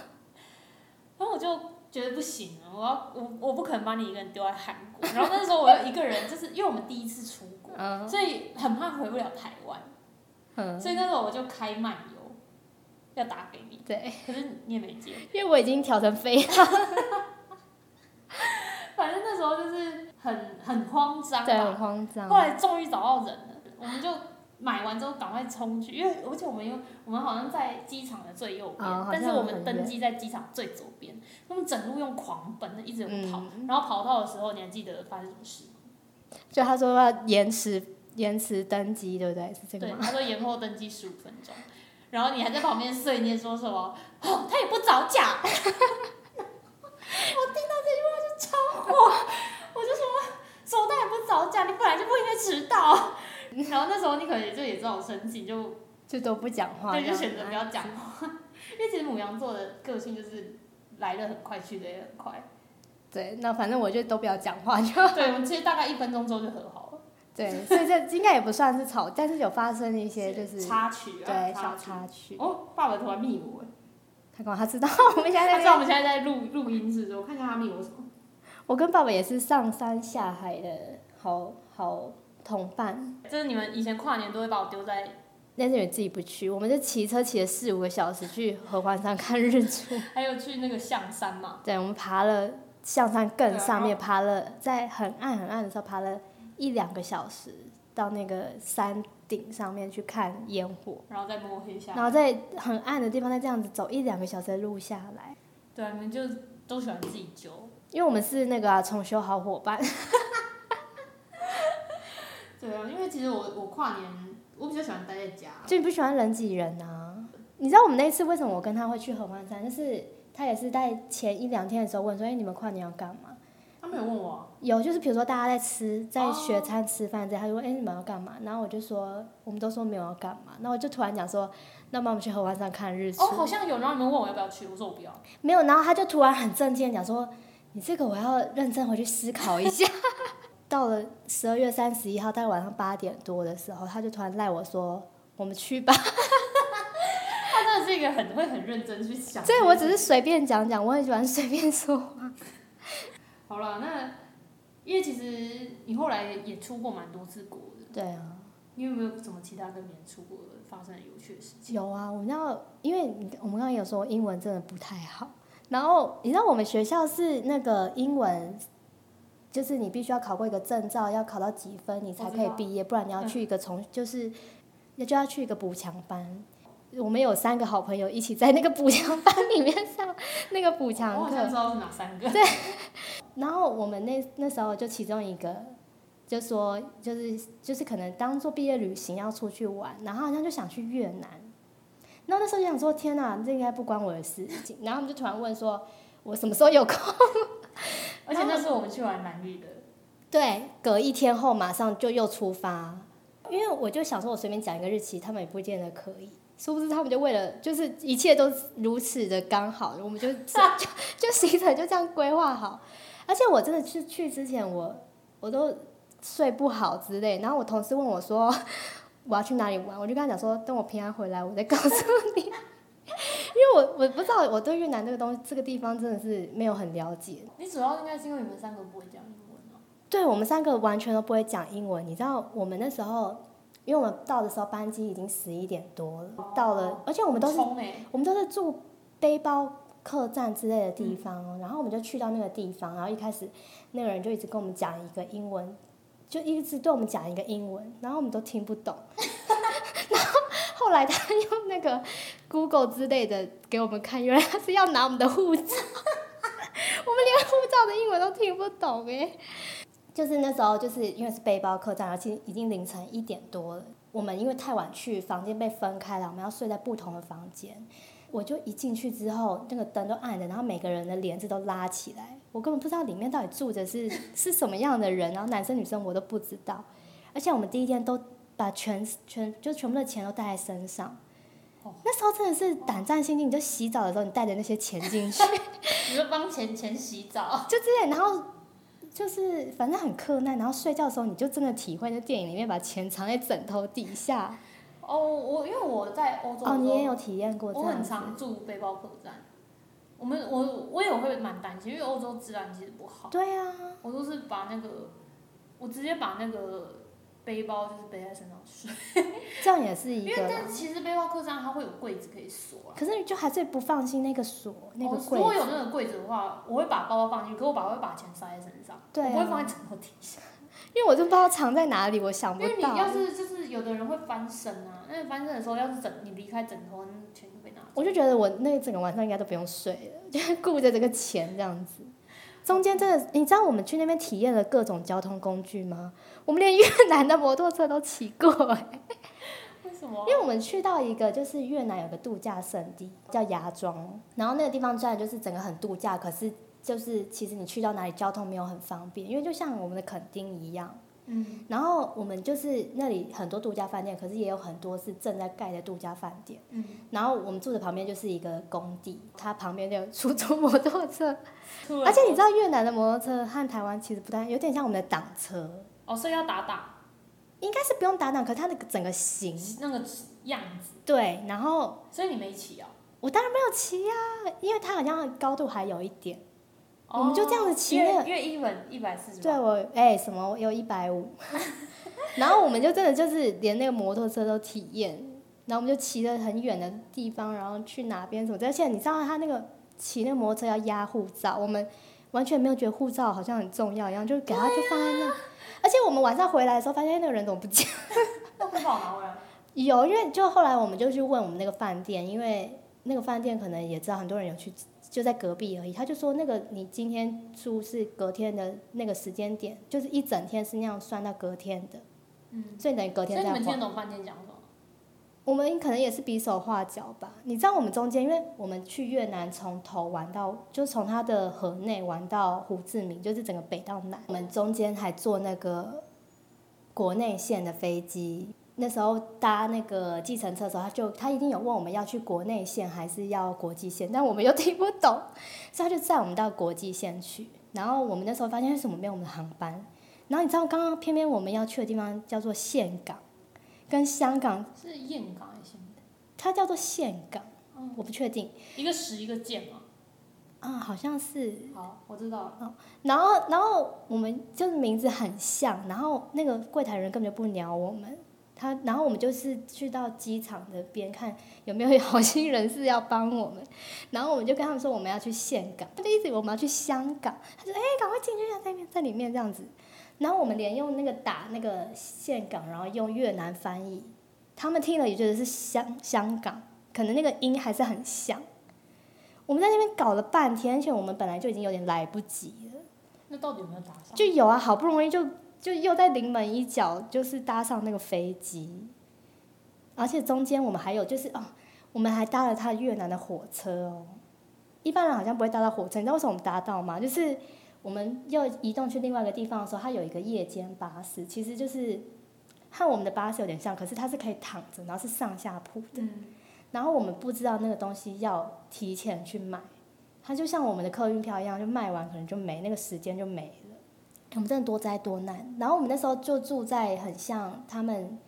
[SPEAKER 1] 然后我就觉得不行了，我要我我不可能把你一个人丢在韩国，然后那时候我又一个人，就是因为我们第一次出国，
[SPEAKER 2] 嗯
[SPEAKER 1] 所以很怕回不了台湾，
[SPEAKER 2] 嗯，
[SPEAKER 1] 所以那时候我就开漫游，要打给你，
[SPEAKER 2] 对，
[SPEAKER 1] 可是你也没接，
[SPEAKER 2] 因为我已经调成飞了，
[SPEAKER 1] 反正那时候就是很很慌张
[SPEAKER 2] 对，
[SPEAKER 1] 吧
[SPEAKER 2] 很，慌张
[SPEAKER 1] 后。来终于找到人了，我们就买完之后赶快冲去，因为而且我们又我们好像在机场的最右边，
[SPEAKER 2] 哦好像
[SPEAKER 1] 但是我们
[SPEAKER 2] 很
[SPEAKER 1] 登
[SPEAKER 2] 远
[SPEAKER 1] 机在机场最左边，那么整路用狂奔，一直跑，
[SPEAKER 2] 嗯，
[SPEAKER 1] 然后跑到的时候你还记得发生什么事吗？
[SPEAKER 2] 就他说要延迟延迟登机，对不对？是这个
[SPEAKER 1] 对，
[SPEAKER 2] 吗？
[SPEAKER 1] 他说延后登机十五分钟，然后你还在旁边碎念说什么？哦，他也不早讲。 我听到这句话就超火，我就说什么他也不早讲，你本来就不应该迟到。然后那时候你可能就也知道我生气，就
[SPEAKER 2] 就都不讲话，
[SPEAKER 1] 对，就
[SPEAKER 2] 这样
[SPEAKER 1] 选择不要讲话， 因为其实母羊座的个性就是来的很快，去的也很 快。
[SPEAKER 2] 对，那反正我就都不要讲话，就
[SPEAKER 1] 对，我们其实大概一分钟之后就和好了，
[SPEAKER 2] 对，所以这应该也不算是吵，但是有发生一些就是
[SPEAKER 1] 插曲啊，
[SPEAKER 2] 对
[SPEAKER 1] 插
[SPEAKER 2] 小
[SPEAKER 1] 曲。
[SPEAKER 2] 插曲。
[SPEAKER 1] 哦，爸爸突然密我，
[SPEAKER 2] 他干嘛？他知道我们现
[SPEAKER 1] 他
[SPEAKER 2] 在
[SPEAKER 1] 知
[SPEAKER 2] 在
[SPEAKER 1] 道我，们现在在录录音是不是？我看一下他密我什么。
[SPEAKER 2] 我跟爸爸也是上山下海的好好同伴，
[SPEAKER 1] 就是你们以前跨年都会把我丢在，
[SPEAKER 2] 但是也自己不去，我们就骑车骑了四五个小时去合欢山看日出。
[SPEAKER 1] 还有去那个象山嘛，
[SPEAKER 2] 对，我们爬了象山更上
[SPEAKER 1] 对
[SPEAKER 2] 面，
[SPEAKER 1] 啊
[SPEAKER 2] 爬了在很暗很暗的时候爬了一两个小时到那个山顶上面去看烟火，
[SPEAKER 1] 然后再摸黑下
[SPEAKER 2] 然。后在很暗的地方再这样子走一两个小时的路下来。
[SPEAKER 1] 对啊，你们就都喜欢自己揪。
[SPEAKER 2] 因为我们是那个啊，重修好伙伴，
[SPEAKER 1] 对啊，因为其实我我跨年我比较喜欢待在家，
[SPEAKER 2] 就你不喜欢人挤人啊。你知道我们那一次为什么我跟他会去合欢山？就是他也是在前一两天的时候问说：“哎、你们跨年要干嘛
[SPEAKER 1] 他没有问我啊、？”
[SPEAKER 2] 有就是比如说大家在吃，在
[SPEAKER 1] 哦
[SPEAKER 2] 学餐吃饭这样，他就问：“哎、你们要干嘛？”然后我就说：“我们都说没有要干嘛。”那我就突然讲说：“那帮我们去合欢山看日出。
[SPEAKER 1] 哦，好像有，然后你们问我要不要去，我说我不要。
[SPEAKER 2] 没有，然后他就突然很震惊地讲说：“你这个我要认真回去思考 一下。”到了十二月三十一号，大概晚上八点多的时候，他就突然赖我说：“我们去吧。
[SPEAKER 1] 他真的是一个很会很认真去”想。
[SPEAKER 2] 所以我只是随便讲讲，我很喜欢随便说话。
[SPEAKER 1] 好了，那因为其实你后来也出过蛮多次国的，
[SPEAKER 2] 对啊，
[SPEAKER 1] 你有没有什么其他跟别人出国的发生的有趣的事情？
[SPEAKER 2] 有啊，我们要，因为你我们刚刚有说英文真的不太好，然后你知道我们学校是那个英文。就是你必须要考过一个证照，要考到几分你才可以毕业，不然你要去一个从、就是，那就要去一个补强班。我们有三个好朋友一起在那个补强班里面上那个补
[SPEAKER 1] 我
[SPEAKER 2] 强
[SPEAKER 1] 好像
[SPEAKER 2] 课，
[SPEAKER 1] 知道是哪三个。
[SPEAKER 2] 然后我们那那时候就其中一个就说，就是就是可能当做毕业旅行要出去玩，然后好像就想去越南。然后那时候就想说，天哪，这应该不关我的事情。然后他们就突然问说，我什么时候有空？
[SPEAKER 1] 而且那是我们去玩南日的，
[SPEAKER 2] 对，隔一天后马上就又出发，因为我就想说，我随便讲一个日期，他们也不见得可以。殊不知他们就为了，就是一切都如此的刚好，我们就 就就就行程就这样规划好。而且我真的去去之前我，我都睡不好之类。然后我同事问我说我要去哪里玩，我就跟他讲说，等我平安回来，我再告诉你。 因为我我不知道，我对越南这个东西这个地方真的是没有很了解。
[SPEAKER 1] 你主要应该是因为你们三个不会讲英文哦、
[SPEAKER 2] 对我们三个完全都不会讲英文，你知道我们那时候，因为我们到的时候班机已经十一点多了，到了，而且我们都是
[SPEAKER 1] 冲欸
[SPEAKER 2] 我们都是住背包客栈之类的地方哦，然后我们就去到那个地方，然后一开始那个人就一直跟我们讲一个英文，就一直对我们讲一个英文，然后我们都听不懂。 然后后来他用那个 Google 之类的给我们看，原来他是要拿我们的护照，我们连 护照的英文都听不懂哎。就是那时候，就是因为是背包客栈，而且已经凌晨一点多了。我们因为太晚去，房间被分开了，我们要睡在不同的房间。我就一进去之后，那个灯都暗的，然后每个人的帘子都拉起来，我根本不知道里面到底住着是 是什么样的人，然后男生女生我都不知道。而且我们第一天都把全全就全部的钱都带在身上
[SPEAKER 1] 哦。
[SPEAKER 2] 那时候真的是胆战心惊，你就洗澡的时候，你带着那些钱进去，
[SPEAKER 1] 你就帮钱钱洗澡，
[SPEAKER 2] 就之类，然后就是反正很困难，然后睡觉的时候，你就真的体会那电影里面把钱藏在枕头底下，
[SPEAKER 1] 哦，我因为我在欧洲的时候，
[SPEAKER 2] 哦，你也有体验过这
[SPEAKER 1] 我
[SPEAKER 2] 样
[SPEAKER 1] 很
[SPEAKER 2] 子？
[SPEAKER 1] 常住背包客栈。我们我我也会蛮担心，因为欧洲治安其实不好，
[SPEAKER 2] 对啊，
[SPEAKER 1] 我都是把那个我直接把那个背包就是背在身上睡，
[SPEAKER 2] 这样也是一
[SPEAKER 1] 因为
[SPEAKER 2] 个
[SPEAKER 1] 但
[SPEAKER 2] 啦。
[SPEAKER 1] 是其实背包客栈它会有柜子可以锁啦。
[SPEAKER 2] 可是你就还是不放心那个锁那个
[SPEAKER 1] 啊哦
[SPEAKER 2] 柜
[SPEAKER 1] 如果有
[SPEAKER 2] 子，
[SPEAKER 1] 那个柜子的话，我会把包包放进去，可我把会把钱塞在身上，
[SPEAKER 2] 对啊
[SPEAKER 1] 我不会放在枕头底下。
[SPEAKER 2] 因为我就不知道藏在哪里，我想
[SPEAKER 1] 因
[SPEAKER 2] 不
[SPEAKER 1] 为你
[SPEAKER 2] 到。
[SPEAKER 1] 要是就是有的人会翻身啊，那翻身的时候要是枕你离开枕头，那钱就被拿走。
[SPEAKER 2] 我就觉得我那整个晚上应该都不用睡了，就是顾着这个钱这样子。中间真的，你知道我们去那边体验了各种交通工具吗？我们连越南的摩托车都骑过、
[SPEAKER 1] 哦为什么
[SPEAKER 2] 因？为我们去到一个就是越南有个度假胜地叫芽庄，然后那个地方虽然就是整个很度假，可是就是其实你去到哪里交通没有很方便，因为就像我们的垦丁一样，
[SPEAKER 1] 嗯，
[SPEAKER 2] 然后我们就是那里很多度假饭店，可是也有很多是正在盖的度假饭店。
[SPEAKER 1] 嗯，
[SPEAKER 2] 然后我们住的旁边就是一个工地，它旁边就有出租摩托车，
[SPEAKER 1] 对啊
[SPEAKER 2] 而且你知道越南的摩托车和台湾其实不太，有点像我们的挡车，
[SPEAKER 1] 哦，所以要打打
[SPEAKER 2] 应该是不用打挡，可是它的整个型
[SPEAKER 1] 那个样子，
[SPEAKER 2] 对，然后
[SPEAKER 1] 所以你没骑哦。
[SPEAKER 2] 我当然没有骑呀、因为它好像高度还有一点，我们
[SPEAKER 1] 哦
[SPEAKER 2] 就这样子骑
[SPEAKER 1] 因为
[SPEAKER 2] 那
[SPEAKER 1] 因为一本一百四十，
[SPEAKER 2] 对，我哎、什么我有一百五， 然后我们就真的就是连那个摩托车都体验，然后我们就骑了很远的地方，然后去哪边什么的，而且你知道他那个骑那个摩托车要压护照，我们完全没有觉得护照好像很重要一样，就给他就放在
[SPEAKER 1] 啊
[SPEAKER 2] 那，而且我们晚上回来的时候发现那个人怎么不见？
[SPEAKER 1] 那不好拿回来。
[SPEAKER 2] 有，因为就后来我们就去问我们那个饭店，因为那个饭店可能也知道很多人有去，就在隔壁而已。他就说那个你今天住是隔天的那个时间点，就是一整天是那样算到隔天的，
[SPEAKER 1] 嗯，
[SPEAKER 2] 所以等 于隔
[SPEAKER 1] 所以
[SPEAKER 2] 天
[SPEAKER 1] 你
[SPEAKER 2] 再
[SPEAKER 1] 们听
[SPEAKER 2] 还。
[SPEAKER 1] 得懂饭店讲什么？
[SPEAKER 2] 我们可能也是比手画脚吧。你知道我们中间，因为我们去越南从头玩到，就从它的河内玩到胡志明，就是整个北到南。我们中间还坐那个国内线的飞机。那时候搭那个计程车的时候，他就他一定有问我们要去国内线还是要国际线，但我们又听不懂，所以他就载我们到国际线去。然后我们那时候发现为什么没有我们的航班，然后你知道刚刚偏偏我们要去的地方叫做岘港，跟香港
[SPEAKER 1] 是岘港还是岘港？
[SPEAKER 2] 它叫做岘港，
[SPEAKER 1] 嗯
[SPEAKER 2] 我不确定
[SPEAKER 1] 一个十一个剑嘛。
[SPEAKER 2] 啊、好像是。
[SPEAKER 1] 好，我知道了。
[SPEAKER 2] 然后，然后我们就是名字很像，然后那个柜台人根本就不鸟我们。他，然后我们就是去到机场那边看有没有好心人士要帮我们，然后我们就跟他们说我们要去岘港， 他就一直以为我们要去香港，他就哎赶快进去啊，在里面在里面这样子，然后我们连用那个打那个岘港，然后用越南翻译，他们听了也觉得是香香港，可能那个音还是很像。我们在那边搞了半天，而且我们本来就已经有点来不及了。
[SPEAKER 1] 那到底有没有打 上？
[SPEAKER 2] 就有啊，好不容易就就又在临门一脚，就是搭上那个飞机，而且中间我们还有就是哦，我们还搭了他越南的火车哦。一般人好像不会搭到火车，你知道为什么我们搭到吗？就是我们要移动去另外一个地方的时候，它有一个夜间巴士，其实就是和我们的巴士有点像，可是它是可以躺着，然后是上下铺的。
[SPEAKER 1] 嗯，
[SPEAKER 2] 然后我们不知道那个东西要提前去买，它就像我们的客运票一样，就卖完可能就没那个时间就没了。我们真的多灾多难。然后我们那时候就住在很像他们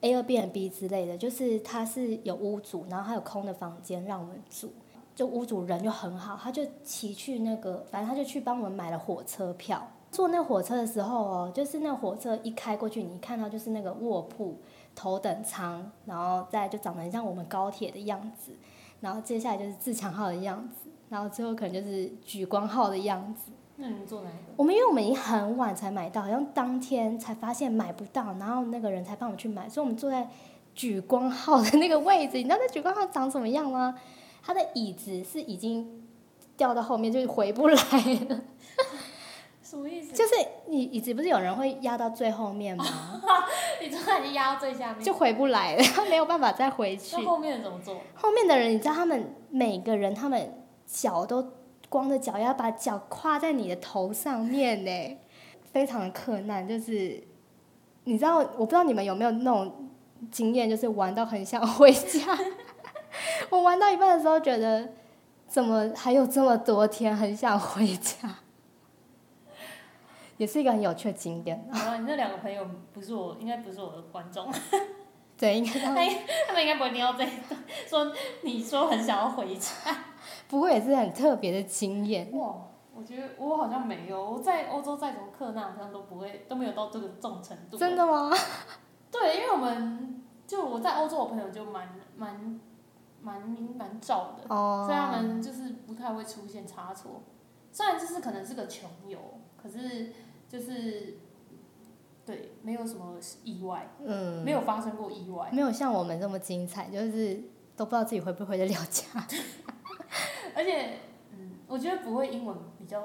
[SPEAKER 2] Airbnb 之类的，就是它是有屋主，然后还有空的房间让我们住。就屋主人就很好，他就骑去那个，反正他就去帮我们买了火车票。坐那火车的时候哦，就是那火车一开过去，你看到就是那个卧铺、头等舱，然后再就长得很像我们高铁的样子，然后接下来就是自强号的样子，然后最后可能就是莒光号的样子。
[SPEAKER 1] 那你们做哪一个？
[SPEAKER 2] 我们因为我们已经很晚才买到，好像当天才发现买不到，然后那个人才帮我们去买，所以我们坐在莒光号的那个位置。你知道那莒光号长什么样吗？它的椅子是已经掉到后面，就是回不来了。
[SPEAKER 1] 什么意思？
[SPEAKER 2] 就是你椅子不是有人会压到最后面吗？
[SPEAKER 1] 你突然就压到最下面，
[SPEAKER 2] 就回不来了，他没有办法再回去
[SPEAKER 1] 那。后面怎么做？
[SPEAKER 2] 后面的人，你知道他们每个人，他们脚都光着脚，要把脚跨在你的头上面呢， 非常的困难。就是你知道，我不知道你们有没有那种经验，就是玩到很想回家。 我玩到一半的时候，觉得怎么还有这么多天，很想回家， 也是一个很有趣的经验。
[SPEAKER 1] 好了，你那两个朋友不是我，应该不是我的观众。
[SPEAKER 2] 对，应该他们
[SPEAKER 1] 他们应该不会听到这一段，说你说很想要回家。
[SPEAKER 2] 不过也是很特别的经验。
[SPEAKER 1] 哇，我觉得我好像没有，我在欧洲再怎么克难，好像都不会都没有到这个这种程度。
[SPEAKER 2] 真的吗？
[SPEAKER 1] 对，因为我们就我在欧洲，我朋友就蛮蛮蛮敏蛮照的，
[SPEAKER 2] 哦，
[SPEAKER 1] 所以他们就是不太会出现差错。虽然就是可能是个穷游，可是就是对，没有什么意外，
[SPEAKER 2] 嗯，
[SPEAKER 1] 没有发生过意外。
[SPEAKER 2] 没有像我们这么精彩，就是都不知道自己回不回得了家。
[SPEAKER 1] 而且，嗯，我觉得不会英文比较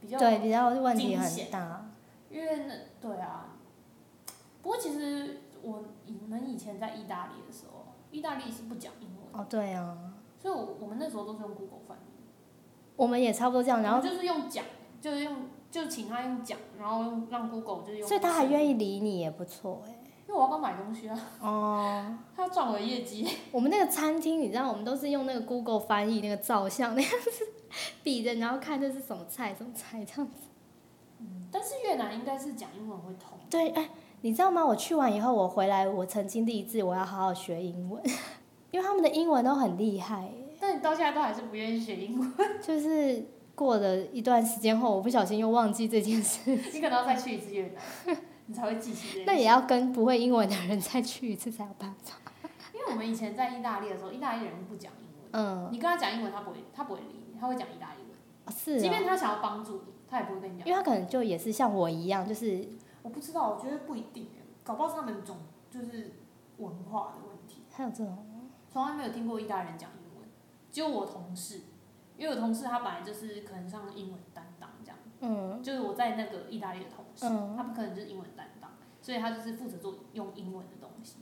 [SPEAKER 1] 比较
[SPEAKER 2] 对，比较问题
[SPEAKER 1] 惊
[SPEAKER 2] 很
[SPEAKER 1] 险
[SPEAKER 2] 大。
[SPEAKER 1] 因为那对啊，不过其实我以我们以前在意大利的时候，意大利是不讲英文，
[SPEAKER 2] 哦，对啊，
[SPEAKER 1] 所以我我们那时候都是用 Google 翻译，
[SPEAKER 2] 我们也差不多这样，然
[SPEAKER 1] 我
[SPEAKER 2] 后
[SPEAKER 1] 们就是用讲，就是用就请他用讲，然后用让 Google 就是用，
[SPEAKER 2] 所以他还愿
[SPEAKER 1] 意，
[SPEAKER 2] 意理你也不错哎、
[SPEAKER 1] 因为我要帮买东西啊，
[SPEAKER 2] 哦，
[SPEAKER 1] 他要赚我的业绩，
[SPEAKER 2] 我们那个餐厅，你知道，我们都是用那个 Google 翻译那个照相那样子比着，然后看这是什么菜，什么菜这样子。
[SPEAKER 1] 嗯，但是越南应该是讲英文会通，
[SPEAKER 2] 对，哎，你知道吗？我去完以后，我回来，我曾经立志我要好好学英文，因为他们的英文都很厉害耶、
[SPEAKER 1] 但你到现在都还是不愿意学英文，
[SPEAKER 2] 就是过了一段时间后，我不小心又忘记这件事，
[SPEAKER 1] 你可能要再去一次越 南，你才会记起这件
[SPEAKER 2] 那也
[SPEAKER 1] 事。
[SPEAKER 2] 要跟不会英文的人再去一次才有办法。
[SPEAKER 1] 因为我们以前在意大利的时候，意大利人不讲英文，
[SPEAKER 2] 嗯，
[SPEAKER 1] 你跟他讲英文，他不会他不会理你，他会讲意大利文。
[SPEAKER 2] 是、
[SPEAKER 1] 即
[SPEAKER 2] 哦，
[SPEAKER 1] 便他想要帮助你，他也不会跟你
[SPEAKER 2] 因
[SPEAKER 1] 讲。
[SPEAKER 2] 为他可能就也是像我一样，就是
[SPEAKER 1] 我不知道，我觉得不一定耶，搞不好是他们种就是文化的问题，
[SPEAKER 2] 还有这种，
[SPEAKER 1] 从来没有听过意大利人讲英文，只有我同事，因为我同事他本来就是可能上英文担当这样，
[SPEAKER 2] 嗯，
[SPEAKER 1] 就是我在那个意大利的同事，
[SPEAKER 2] 嗯
[SPEAKER 1] 他不可能就是英文担当，所以他就是负责做用英文的东西，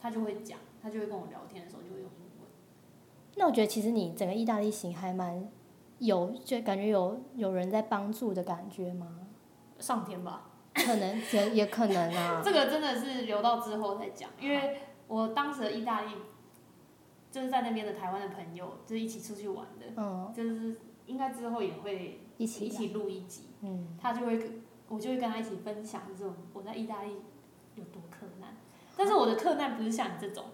[SPEAKER 1] 他就会讲，他就会跟我聊天的时候就会用英文。
[SPEAKER 2] 那我觉得其实你整个意大利行还蛮有，就感觉有有人在帮助的感觉吗？
[SPEAKER 1] 上天吧，
[SPEAKER 2] 可能也也可能 啊
[SPEAKER 1] 这。个真的是留到之后再讲，因为我当时的意大利就是在那边的台湾的朋友，就是一起出去玩的，
[SPEAKER 2] 嗯，
[SPEAKER 1] 就是应该之后也会
[SPEAKER 2] 一起啊
[SPEAKER 1] 一起录一集，
[SPEAKER 2] 嗯，
[SPEAKER 1] 他就会跟我就会跟他一起分享这种我在意大利有多克难，但是我的克难不是像你这种，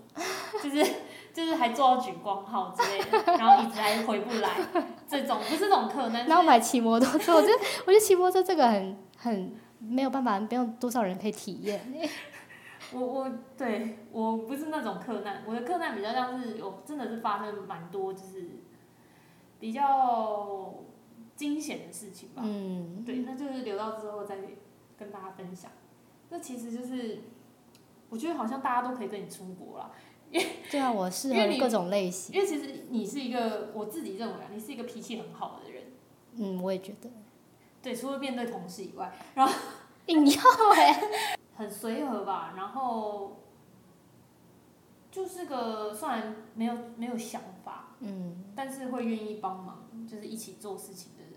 [SPEAKER 1] 就是就是还做到举光号之类的，然后一直还回不来这种，不是这种克 难，
[SPEAKER 2] 然后
[SPEAKER 1] 是
[SPEAKER 2] 买骑摩托车，我觉得我觉得骑摩托车这个很很没有办法，没有多少人可以体验。
[SPEAKER 1] 我我对我不是那种克难，我的克难比较像是我真的是发生蛮多就是比较惊险的事情吧。
[SPEAKER 2] 嗯，
[SPEAKER 1] 对，那就是留到之后再跟大家分享。那其实就是我觉得好像大家都可以跟你出国啦，
[SPEAKER 2] 对啊，我适
[SPEAKER 1] 因为
[SPEAKER 2] 合
[SPEAKER 1] 你
[SPEAKER 2] 各种类型。
[SPEAKER 1] 因为其实你是一个我自己认为啊，你是一个脾气很好的人。
[SPEAKER 2] 嗯，我也觉得
[SPEAKER 1] 对，除了面对同事以外，
[SPEAKER 2] 硬要哎、
[SPEAKER 1] 很随和吧，然后就是个虽然没有没有想法，
[SPEAKER 2] 嗯，
[SPEAKER 1] 但是会愿意帮忙，就是一起做事情的人，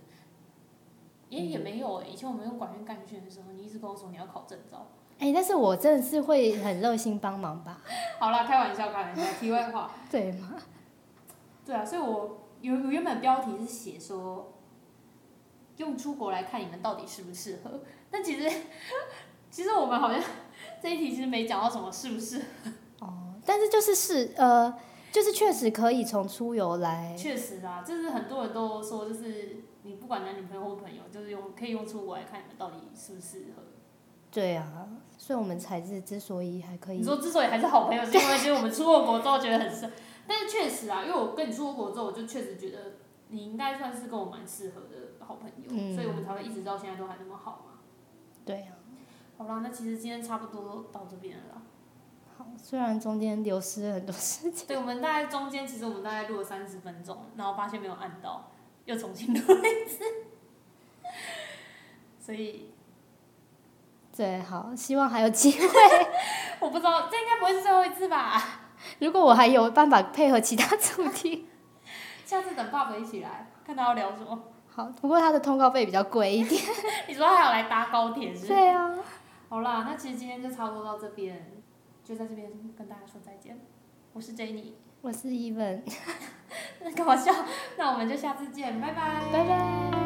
[SPEAKER 1] 也也没有、欸、以前我们用管院干训的时候，你一直跟我说你要考证照。
[SPEAKER 2] 哎、但是我真的是会很热心帮忙吧？
[SPEAKER 1] 好啦，开玩笑，开玩笑，题外话。
[SPEAKER 2] 对吗？
[SPEAKER 1] 对啊，所以我有我原本标题是写说，用出国来看你们到底适不适合。但其实， 其实我们好像这一题其实没讲到什么适不适合，
[SPEAKER 2] 哦，但是就是是呃，就是确实可以从出游来
[SPEAKER 1] 确实啊，就是很多人都说，就是你不管男女朋友或朋友，就是用可以用出国来看你们到底适不适合。
[SPEAKER 2] 对啊，所以我们才是之所以还可
[SPEAKER 1] 你
[SPEAKER 2] 以，
[SPEAKER 1] 说之所以还是好朋友，是因为其实我们出过国之后觉得很适，但是确实啊，因为我跟你出过国之后，我就确实觉得你应该算是跟我蛮适合的好朋友，
[SPEAKER 2] 嗯
[SPEAKER 1] 所以我们才会一直到现在都还那么好嘛。
[SPEAKER 2] 对啊。
[SPEAKER 1] 好啦，那其实今天差不多到这边了啦。
[SPEAKER 2] 好，虽然中间流失了很多事情，
[SPEAKER 1] 对，我们大概中间其实我们大概录了三十分钟，然后发现没有按到，又重新录了一次。所以
[SPEAKER 2] 对，好，希望还有机 会。
[SPEAKER 1] 我不知道，这应该不会是最后一次吧？
[SPEAKER 2] 如果我还有办法配合其他主题，
[SPEAKER 1] 下次等爸爸一起来，看他要聊什么。
[SPEAKER 2] 好，不过它的通告费比较贵一点。
[SPEAKER 1] 你说他要来搭高铁是不是？
[SPEAKER 2] 对啊，
[SPEAKER 1] 好啦，那其实今天就差不多到这边，就在这边跟大家说再见。我是 Jenny，
[SPEAKER 2] 我是 Even，
[SPEAKER 1] 搞笑，那我们就下次见，拜拜。
[SPEAKER 2] 拜拜。